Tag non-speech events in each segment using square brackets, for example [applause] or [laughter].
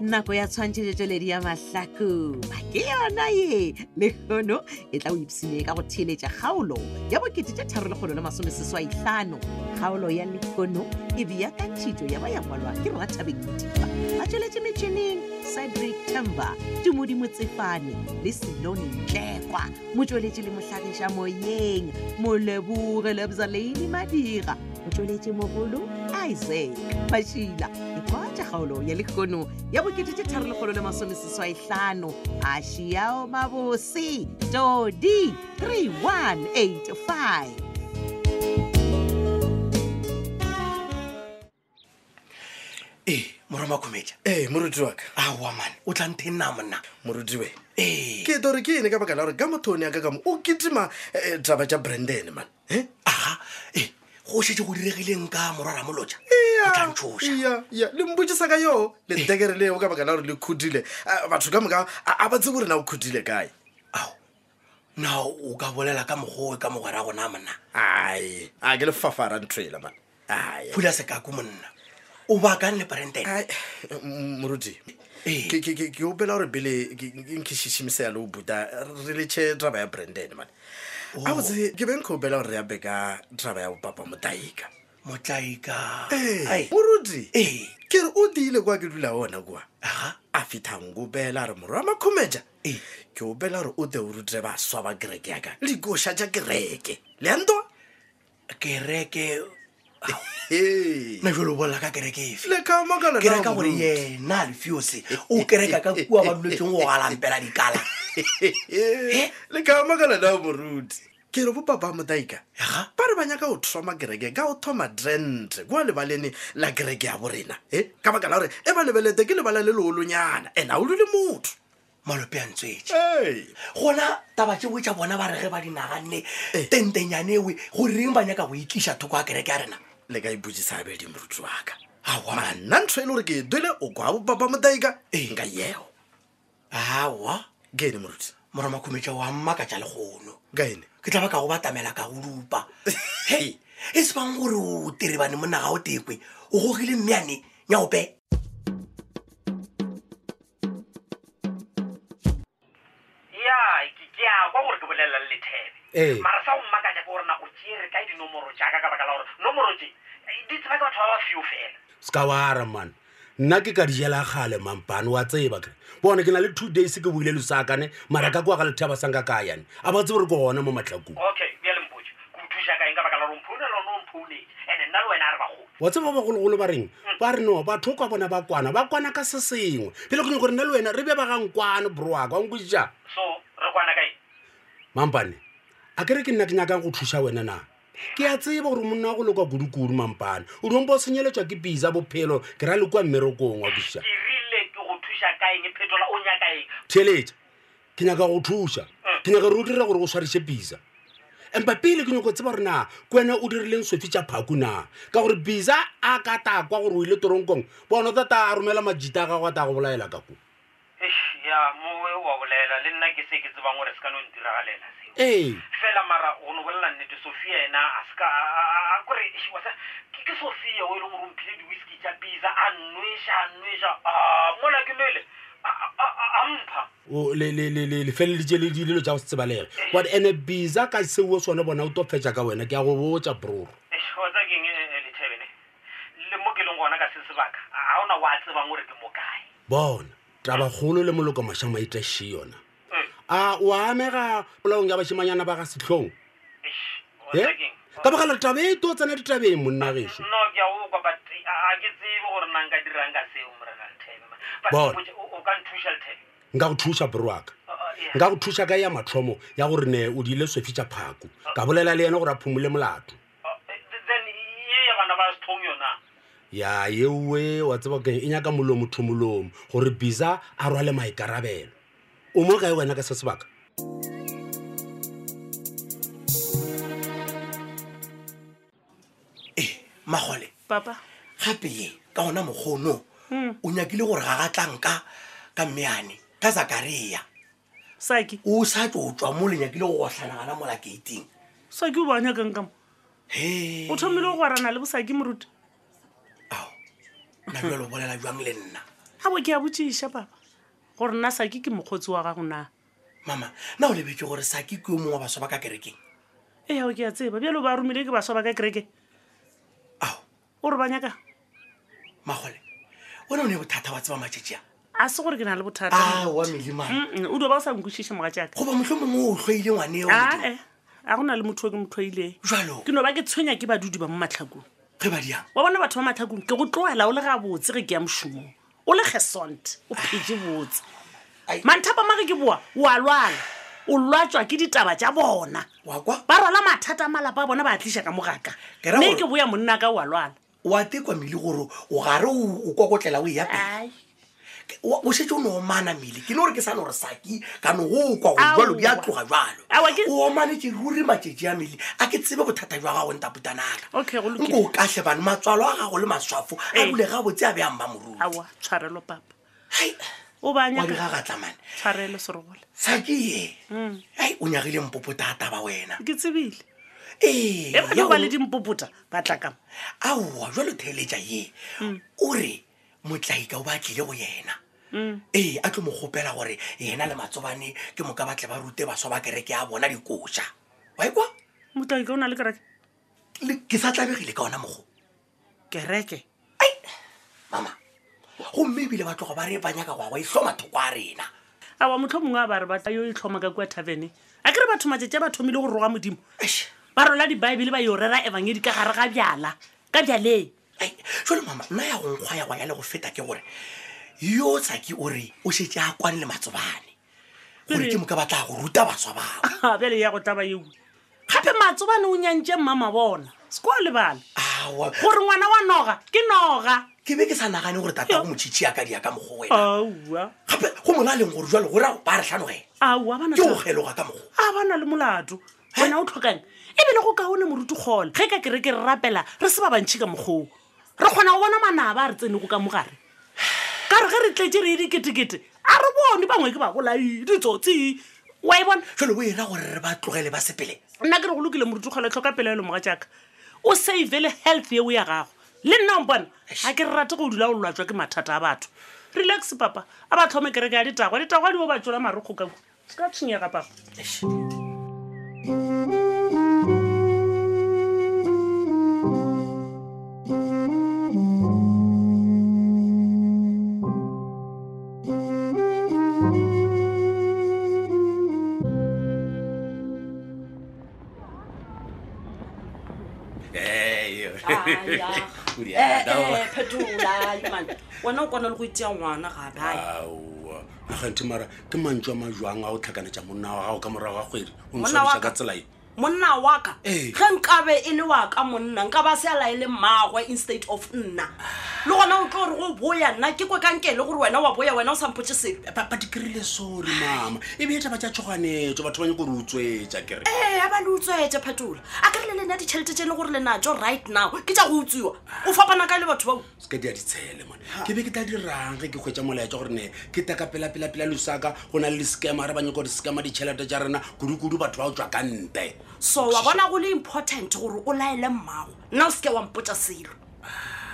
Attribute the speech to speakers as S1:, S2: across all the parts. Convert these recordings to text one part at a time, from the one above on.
S1: nako ya tshwantšhetšetšweledi ya mahlakoma ke yona ye le kgono e tla o ipsine ka go theeletša kgaolo ya bokete tša tharo lekgolo le masomeseswaihlano kgaolo ya lekono e beakantšhitšo ya ba ya ngwalwa ke rona thabengdipa ba tsweletše metšhineng cedric tember tumodimo tsefane le selone ntlekwa motsweletše le mohlagiša moyeng moleboge lebzaleine madira motsweletše mogolo isaac mašila ekwa tša kgaolo ya lekgono ya bokete tše tharologolo le masomeseswaihlano a šiao mabose todi 3185
S2: ee morwa makometša
S3: ee moruti Eh, waka
S2: aowa mane o tla nthe nna monna
S3: morutiwe
S2: ee
S3: ke tore ke ene ka baka la gore ka mothone ya ka kamo o ketima eh, taba tša branden man Eh?
S2: aga ee go šetse go diregileng ka morwa ramolotša
S3: Iya,
S2: o tla ntšhoša
S3: iya, iya. le mpotsisa ka yoo letekere leo ka baka la gore le khudile Ah, batho ka moka a a ba tsebo re na o khudile kae
S2: ao na o ka bolela ka mogoe ka mogwera a gona monna
S3: ae a ke lefafara nthoela man ae
S2: phula sekaku monna o baakang le parenten
S3: Ai, m- moruti
S2: Ee.
S3: ke- ke ke opela gore pele nkešhišimise ya le o buta re letšhe draba ya branden man a botse ke benke opela gore re ape ka draba ya bopapa motaika Eh,
S2: motlaika
S3: ee
S2: Ai.
S3: moruti
S2: ee
S3: ke re o diile kwa ke dula ona kwa
S2: aga
S3: a fithang kopela re morwa makgometša
S2: Ee.
S3: ke opela gore o te o rute baswa ba kereke yaka le koša tša kereke leanto
S2: kereke
S3: le
S2: na jalo o bolela ka kereke efe
S3: ka
S4: Ee,
S3: makala
S2: ke reka gore yena lefiose o kereka ka kua ba duletseng go galampela dikala
S3: le ka makala na moruti ke re bopapa motaika
S2: aga
S3: ba re ba nyaka go thoma kereke ka go thoma drent kua lebalene la kereke ya borena e ka baka la gore e ba lebelete ke lebala le leolonyana and a o dule motho
S2: malope a ntswetse
S3: Ee.
S2: gona taba tseo tsa bona ba re ge ba di naganne e
S3: Eh.
S2: tentenyanewe goreng ba nyaka go itliša thoko a kereke ya rena
S3: le ka ipotsisa abedi moruti waka
S2: awa
S3: nna ntho e le gore ke e dwele o kwa bopapa motaika ee nka yeo
S2: awa
S3: ke ene moruti
S2: moramakometša wa mmaka tša lekgono
S3: ka ene
S2: ke tla ba ka go batamela ka golupa hei e se bang gore o terebane monna ga o tekwe o gogile mmeane nyaope
S5: ya ke ke a kwa gore ke bolelela le
S3: Ee.
S5: lethebe mara sa go mmakatša ke gore na o tšere kae dinomoro jaaka ka baka la gore nomoro tse eh, di tseba ke batho ba ba fio fela
S4: seka wara man nna ke ka dijela gale mampane wa tseba kre bone ke na le two days ke boile losakane mara ka kwa ga lethaba sanka ka yane a ba tsebe re ko gona mo matlakong
S5: okay bja lempotse ke o thuša kaeng ka baka la gore mphounela one o mphounetse and-e nna le wena a re bago
S4: wa tseba bagologolo ba reng ba re no batho o kwa bona ba kwana ba kwana ka se sengwe pele kone gore nna le wena re be ba gankwane borowaka onkweša
S5: so re kwana kae
S4: mampane a kere ke nna ke nyakang go thuša wena na ke a tseba gore monna wa go lekwa kudu-kudu mampane o dompo senyeletšwa ke pisa bophelo ke ra le kwa mmerekong wa kweša
S5: ke rile ke go thuša kaeng e phetola o nyaka eng
S4: theletša ke nyaka go thuša ke nyaka re o dira gore o swariše pisa empa pele ke nyako tseba gore na ke wena o dirileng sofi tša phaku na ka gore bisa a ka takwa gore o ile toronkong bona o tata a romela majita a gago a ta go bolaela ka ko
S5: Eish, ya mowe wa bolela le nna ke se ke tsebang gore se ka no ntiragalela seo
S4: ee
S5: fela mara go no bolela nnete sophia ena a seka a- a- a- kore eish, wasa, ke ke sophia o e leng gore omphile di-whisky tša pisa a nwesa a nwesa a mola ke mele a- a- a- a mpha
S4: o- le- le- le- le- le feleleditše le dilelo tša go se tsebalege but ande bisa ka seo sone bona o tlo fetša ka wena ke a go botša broro
S5: Eish, wa tsa keng lethebene e le mo ke leng gona ka se sebaka ga ona wa tsebang gore ke mokae
S4: bona tabakgolo le moloko mašamaitaši yona
S5: Mm,
S4: a o a amega polaong ya bašimanyana ba ga setlhong
S5: Eish, wa
S4: Eh?
S5: tsa keng?
S4: ka baka la tabe e to tsena ditabeng monna gešo
S5: no ke a okwa but a a ke tsebe gore nna nka dirang ka seo morena lethebe man. But
S4: Bona.
S5: mpotše, o o ka nthuša lethebe
S4: nka go thuša borwaka
S5: Uh, uh, yeah.
S4: nka go thuša ka ya mathomo ya gore ne o diile sofi tša phako ka bolela le yena gore a phumole molato
S5: Uh, th- then ye ya bana ba sethong yona
S4: ya yeoe wa tseba keng e nyaka molomo thomolomo gore bisa a rwale maikarabelo o mo kae wena ka se sebaka
S2: ee magole
S6: papa
S2: gape ye ka gona mokgono o nyakile gore ga gatlanka ka mmeane ka zakaria
S6: saki
S2: o sa tlotswa mo lenyakile go gotlhanagana mola kateng
S6: saki o banyakang kamo
S2: he
S6: o thomile go gwarana le bosaki moruti
S2: ao na jalo o bolela jwang le nna
S6: a bo ke a botsiša papa gore nna saki ke mokgotsi wa gago na
S2: mama na o lebetse gore saki ke o mongwe wa baswa ba ka kerekeng
S6: e yao ke a tseba bjalo ba romile ke baswa ba ka kereke
S2: ao
S6: o re ba nyaka
S2: magole one o ne bothata wa tseba matšetši a
S6: a se gore ke na le bothata
S2: awa melemane
S6: Mm, mm, o dio ba o sa nkwešiše moga jaaka
S2: goba motlho mongwe o tlhoile ngwaneo
S6: ae a go na le motho o ke motlhoileng
S2: jalo
S6: ke no ba ke tshwenya ke badudi ba mo matlhakong
S2: ge ba diang
S6: wa bona batho ba matlhakong ke go tloela o le ga botse ge ke ya mošomong o le gesont o phetse botse
S2: Ai.
S6: manthapa mage ke boa o a lwala o lwatswa ke ditaba tja bona
S2: wa kwa
S6: ba rwala mathata a malapa a bona ba a tliša ka mogaka
S2: Ke ra
S6: mme
S2: gore-
S6: ke boya monna ka o a lwala
S2: wa tekwa mele gore o gare o o kokotlela o eapele
S6: Ai.
S2: o setse o ne omana mele ke le gore ke sa ne gore saki kano go kwa gore jalo di a
S6: Aowa.
S2: tloga jalo
S6: Aowa, ke-
S2: o omanetse ruri matšetši a mele a ke tsebe bothata jwa gago ntaputanaka
S6: Okay, go lokile.
S2: nko o ka shebane matswalo a gago le maswafo a
S6: Eh.
S2: bule gabotse a beyang ba moruri
S6: aa tshwarelo papa
S2: Hai,
S6: o ba
S2: wa
S6: nyaka
S2: digagatlamane
S6: tshwarelo serogole
S2: saki ye
S6: Mm.
S2: ai o nyagile mpopotata ba wena
S6: ke tsebile
S2: ee
S6: e bana ba le dimpopota ba tla kama
S2: aowa jalo theeletša ye
S6: Mm.
S2: o re motlaika o ba tlile go yena
S6: Mm.
S2: ee a tlo mo kgopela gore yena le matsobane ke moka batle ba rute baswa ba kereke a bona dikoša wa ekwa
S6: motlaika o na le kereke
S2: Le- ke sa tlabegile ka ona mogo
S6: kereke
S2: mama gomme ebile ba tloga ba re ba nyaka goa wa itlhoma thoko a rena
S6: aa motlho mongwe a ba re batla yo e tlhoma ka kua tavene a ke re batho matšatši a ba thomile go roga modimo
S2: Eish,
S6: ba rola dibaebele ba yo rera evangedi ka gare ga bjala ka bjaleng [laughs]
S2: ai jalo mama nna ya go nkgwa ya go ya le go feta ke gore yo tsaki o re o šetse a kwane le matsobane gore ke moka batla go ruta baswa bao
S6: Ah, bjale ya go taba eue gape matsobane o nyantše mmama bona sekoa lebale
S2: awa
S6: gore ngwana wa noga ke noga
S2: ke be ke sa nagane gore tata go motšhitšhi ya ka dia ka mogo wena
S6: aua
S2: gape go mona a leng gore jalo gorao ba re tlhanoge
S6: aua bana
S2: ke go geloga ka mogo
S6: a bana le molato wena o tlhokang ebile go kaone morutu kgole ge ka kere ke re rapela re se ba bantšhi ka mokgoo re kgona go bona manaba a re tseneko ka mogare ka re ge re tletse re ye diketekete a re bone bangwe ke babolai ditsotsi wa e bona
S2: jalo o ena gore re ba tlogele ba sepele
S6: nna ke re go lokile morutu kgole tlhoka pelaelo moga jaaka o save le health eo ya gago le nna ompona ga ke re rate go dula o lwatswa ke mathata a batho relax papa a ba tlhome kereke ya ditagwa ditagwa di bo ba tsola marokgo ka kua. se ka tshwenyega papa
S2: Eish.
S4: [laughs]
S7: Eh, phetola wena o kwana le go itea ngwana gape ai.
S4: aowa agante mara ke mantswe a majwang a o tlhakanetsa monna wa gago ka morago ga kgwedi o
S7: Monna
S4: ntshwarisa
S7: wa ka.
S4: ka e. tselae
S7: monna wa ka
S4: Ee.
S7: ge nkabe e le wa ka monna nka ba seala e le mmagwe instead of nna le gona o tlo gore go boya nna ke kwe kankele gore wena wa boya wena o sampotse sepe
S4: papa di kry-ile sorry mama ebe e taba tsa tshoganetso batho ba nyako gore o tswetsa kere
S7: ee a ba le utswetse phetola a ka re le lena ditšhelete tse e leng gore le natso right now ke tja go utswiwa o fapana kae le batho bao
S4: se ka di a ditshele mone ke be ke tla dirang ge ke kgwetsa molaetsa gore ne ke taka pelapelapela losaka go na le le scammer re ba nyaka gore scammer ditšhelete tja rena kudu-kudu batho ba o tswa ka nte
S7: so wa bona go le important gore o laele mmago nna o seke wa mpotsa selo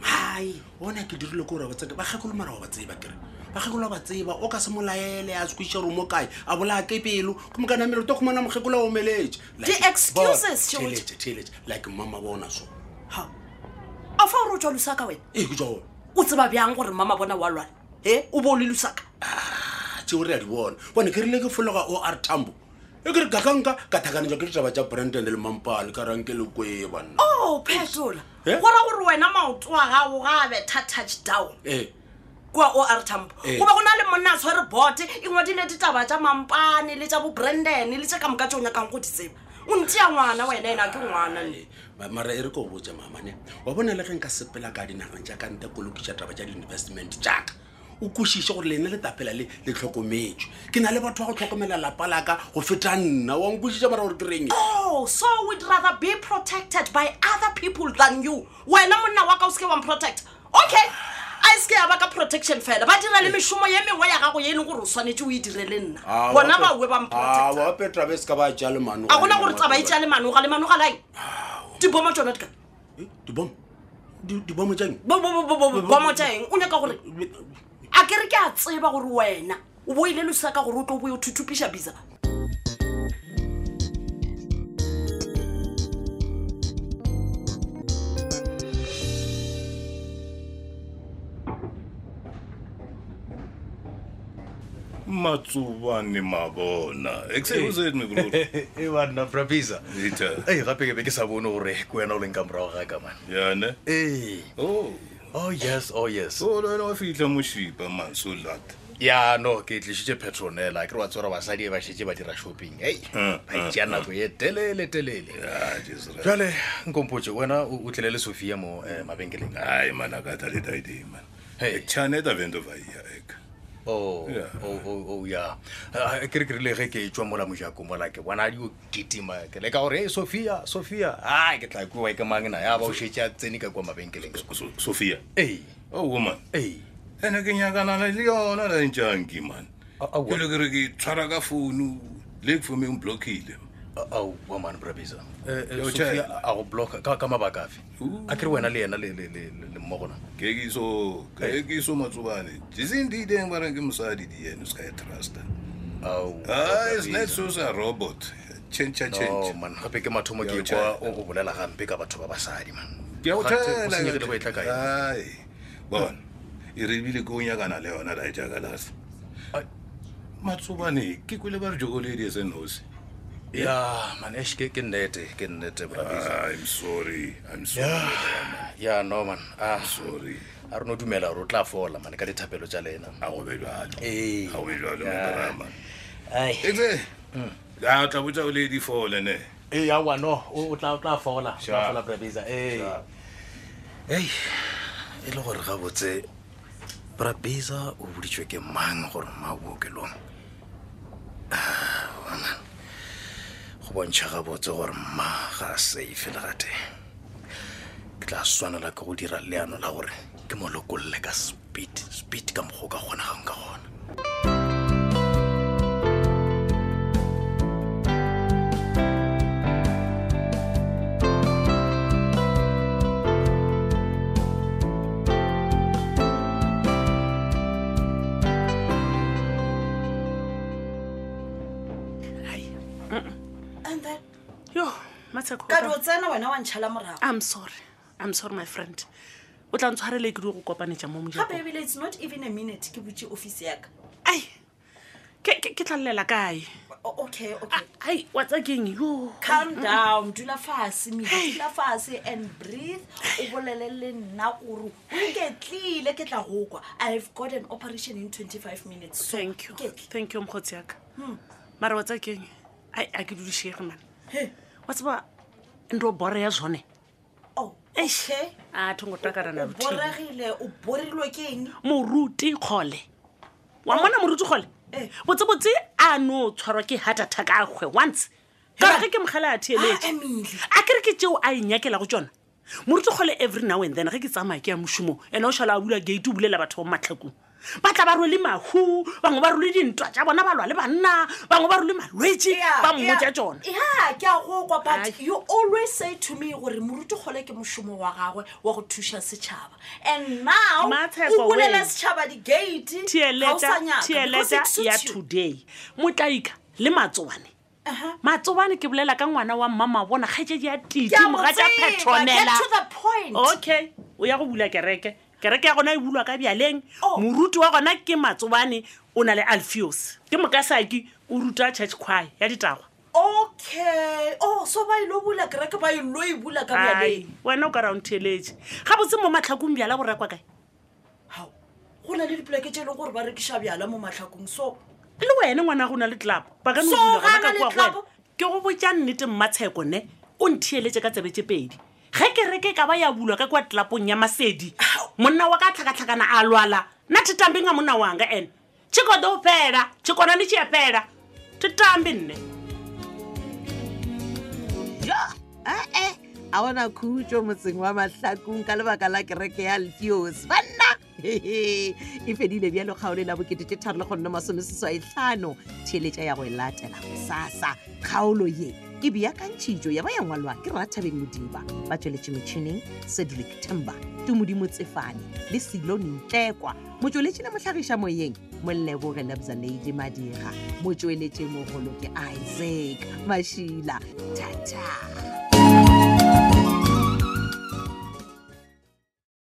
S7: hai
S4: ona ke dirile ko ore batseka bagekolo mara wa ba tseba kere bagekolo ba tseba o ka se molaele a sekwiša romo kae a bolaya ke pelo ke mokanamere o to kgomana mogekolo a omeletse
S7: excuses, George.
S4: thelete like mama bona so
S7: ha a fa ore o tswa lusaka wena
S4: ee ke jaone
S7: o tseba bjang gore mama bona wa lwala e o bo o le lusaka
S4: tseo re a di bona bone ke rile ke fologa o r tambo e ke re kakanka ka thakanetsa ke ditaba tsa brandon le mampale ka ranke le kwe banna
S7: Oh, o phetola
S4: Eh?
S7: gora gore wena maoto a gago ga a betha touchdown
S4: ee
S7: kua o r tampo
S4: Eh.
S7: goba go na le monna a tshwere bote e ngwadile ditaba tsa mampane le tsa bo branden le tse ka moka tse o nyakang go di tseba o ntse ya ngwana wena ena ke ngwana nne.
S4: Ee, ma- mara e re ko botse mamane wa bona le ge nka sepela ka dinageng jaaka nte kolokisa taba tsa di-investment jaaka o kwešiše gore lena letapela le le tlhokometswe ke na le batho ba go tlhokomela lapa laka go feta nna wa nkwešiša mara gore ke reng
S7: oh so we'd rather be protected by other people than you wena monna wa ka o seke wa mprotect okay a e seke ya ba ka protection fela ba dira le mešomo ye mengwe ya gago ye e leng gore o swanetse o e dire le
S4: Ah,
S7: nna bona baue ba mprotect
S4: wapetrabe se ka e ba ja le mano
S7: a gona gore taba e tseya le manoga le manoga lae dibomo tsona dika
S4: [laughs] dibomo dibomo tseng
S7: bomo teng o nyaka gore a a kere ke a tseba gore wena o boile losa ka gore o tlo boe o thuthupiša bisa
S8: matsobane mabona
S4: [laughs]
S8: exeosedmegolore
S4: e banna propisa
S8: Ita.
S4: ee gape ke be ke sa bone gore ke wena o leng ka morago ga ka mane
S8: yane
S4: ee
S8: o
S4: oh yes oh yes
S8: olena wa fitlha mošipa manso lata
S4: ya no ke tlisitse petronela ke re wa tshwara basadi e ba shetse ba dira shopping ei ba itšea nako ye telele telele
S8: Ah,
S4: jale nkompotse wena o o tlile le sophia mo eh, mabenkeleng a
S8: ai manakatalitaidiman
S4: Hey.
S8: chaneta vento vaia eka
S4: o
S8: Yeah.
S4: o- o- o, ya Ah, ke re ke rile ge ke tswa mola mojako mola ke bona dio kitima ke leka gore e sophia sophia a ke tla kua ke mang na ya ba o shetse a tsene ka kua mabenkeleng
S8: sofia
S4: ee
S8: o woman
S4: ee
S8: ene ke nyakanana le yona la ntšanki man
S4: A- aowa.
S8: kele ke re ke tshwara ka founu le ke fomeng blockile
S4: ao waman brabisa
S8: Yo,
S4: sophia
S8: Chai.
S4: a go blocka ka ka mabaka afe a ke re wena le yena le- le le- le- le mmogona
S8: kekiso kekiso matsobane disenditeng ba reng ke mosadi di yene se ka e trusta
S4: Ao,
S8: ai
S4: Brabisa.
S8: senet so sa robot change
S4: no
S8: Ah, change
S4: man gape ke mathomo ke kwa
S8: Yo, Chai.
S4: o o bolela gampe ka batho ba basadi man
S8: ke a go
S4: Kganthe o
S8: tshela
S4: senyegile go e tla
S8: ka-
S4: kae?
S8: Ai, bona e rebile ke o nyakana le yona la e jakalase
S4: Ai.
S8: matsobane ke kwele ba re jokoledi e senosi
S4: ya man ash ke ke nnete ke nnete brabisa
S8: i'm sorry
S4: ya
S8: i'm sorry
S4: ya no man a
S8: sorry
S4: a re no dumela gore o tla fola mane ka dithapelo tsa lena
S8: a go be jalo
S4: Ee.
S8: a go be jalo
S4: Ah.
S8: madrama
S4: Ai.
S8: etse a o tla botsa o ledi fole ne
S4: ee awa no o o tla o tla fola O tla
S8: Sharp.
S4: fola brabisa ee
S8: Sharp.
S4: ei e le gore ga botse brabisa o boditswe ke mang gore ma bookelong Ah, bona. go bontšha ga botse gore mma ga a safe le ga teng ke tla swanela ke go dira leano la gore ke mo lokolole ka speed speed ka mokgwa o ka kgonagang ka gona
S7: and then
S6: yo matsheko
S7: ka dio tsena wena wa ntšhala morago
S6: i'm sorry i'm sorry my friend o tla ntshwarele ke di go kopanetša mo
S7: gape
S6: mojako
S7: ebile it's not even a minute ke botse office yaka
S6: ai ke- ke ke tla llela kae
S7: O- okay okay
S6: ai wa tsa keng yo
S7: calm
S6: [laughs]
S7: down dula fase mile dula fase and breathe o bolele le nna ore o iketlile ke tla go kwa i have got an operation in 25 minutes so
S6: thank you
S7: iketli.
S6: thank you mokgotsi yaka
S7: Hmm.
S6: mara wa tsa keng ai a ke dudišege mane wa tseba ndo bore ya zone
S7: Oh,
S6: Eish.
S7: okay
S6: a thongo takarana
S7: o boregile o borilwe ke eng
S6: moruti kgole wa mona moruti kgole
S7: Oh. Eh.
S6: botsebotse a no tshwarwa ke heart attack a kgwe once ka gore ge ke mogale a
S7: Ah,
S6: thieletse
S7: Emily.
S6: a kere ke tseo a e enyakela go tsona moruti kgole every now and then ge ke tsamaya ke ya mošomo ene o šhala a bula gate o bulela batho ba matlhakong ba tla ba rwele mahu bangwe ba rwele dintwa tja bona ba lwa le banna bangwe ba rwele malwetse
S7: Yeah,
S6: ba
S7: yeah.
S6: mmotsa tsona
S7: Yeah, ke a go kwa
S6: Ai.
S7: but you always say to me gore moruti kgole ke mošomo wa gagwe wa go thuša setšhaba and now
S6: Matsheko,
S7: o
S6: wei.
S7: bolela setšhaba digate ga o sa nyaka, because
S6: theeletša
S7: it suits
S6: ya
S7: you.
S6: today motlaika le matsobane matsobane ke bolela ka ngwana wa mmama bona kgaetsedi ya
S7: Ke
S6: titi
S7: a mo
S6: moga tša
S7: tseba, get
S6: petronela
S7: to the point.
S6: okay o ya go bula kereke kereke ya gona e bulwa ka bjaleng
S7: Oh.
S6: moruti wa gona ke matsobane o na le alfios ke mokasaki o ruta church choir ya ditagwa
S7: okay oh so ba ilo bula kereke ba ilo e bula ka
S6: Ai,
S7: bjaleng
S6: wena o ka raontheeletse ga botse mo matlhakong bjala bo rekwa kae
S7: Hao, go na le dipoleke tse e leng gore ba rekiša bjala mo matlhakong so
S6: le wena ngwana go na le tlelapo ba ka no
S7: So,
S6: bula gona
S7: ga
S6: ka
S7: na le
S6: kua go wena.
S7: tlelapo?
S6: ke go botsa nnete mmatsheko ne o ntheeletse ka tsebetse pedi ge kereke ka ba ya bulwa ka kwa tlelapong ya masedi monna wa ka a tlhakatlhakana a lwala nna thetambe nga monna wanga ene tshikodo fela tshikonani tshi ya fela thetambe nne
S1: jo ee a bona khutso motseng wa mahlakong ka lebaka la kereke ya alfios banna hehe, e fedile bjalo kgaolo la bokete te tharo le gonne masomeseswaitlhano theletša ya go e latela sasa kgaolo ye ke beakantšhijo ya ba ya ngwalwa ke ratabeng modiba ba tsweletše metšhineng sedric timber tumodimo tsefane le selonentlekwa motsweletši le motlhagiša moyeng molleboge lebzaladi madira motsweletše mogolo ke isaac mašila thata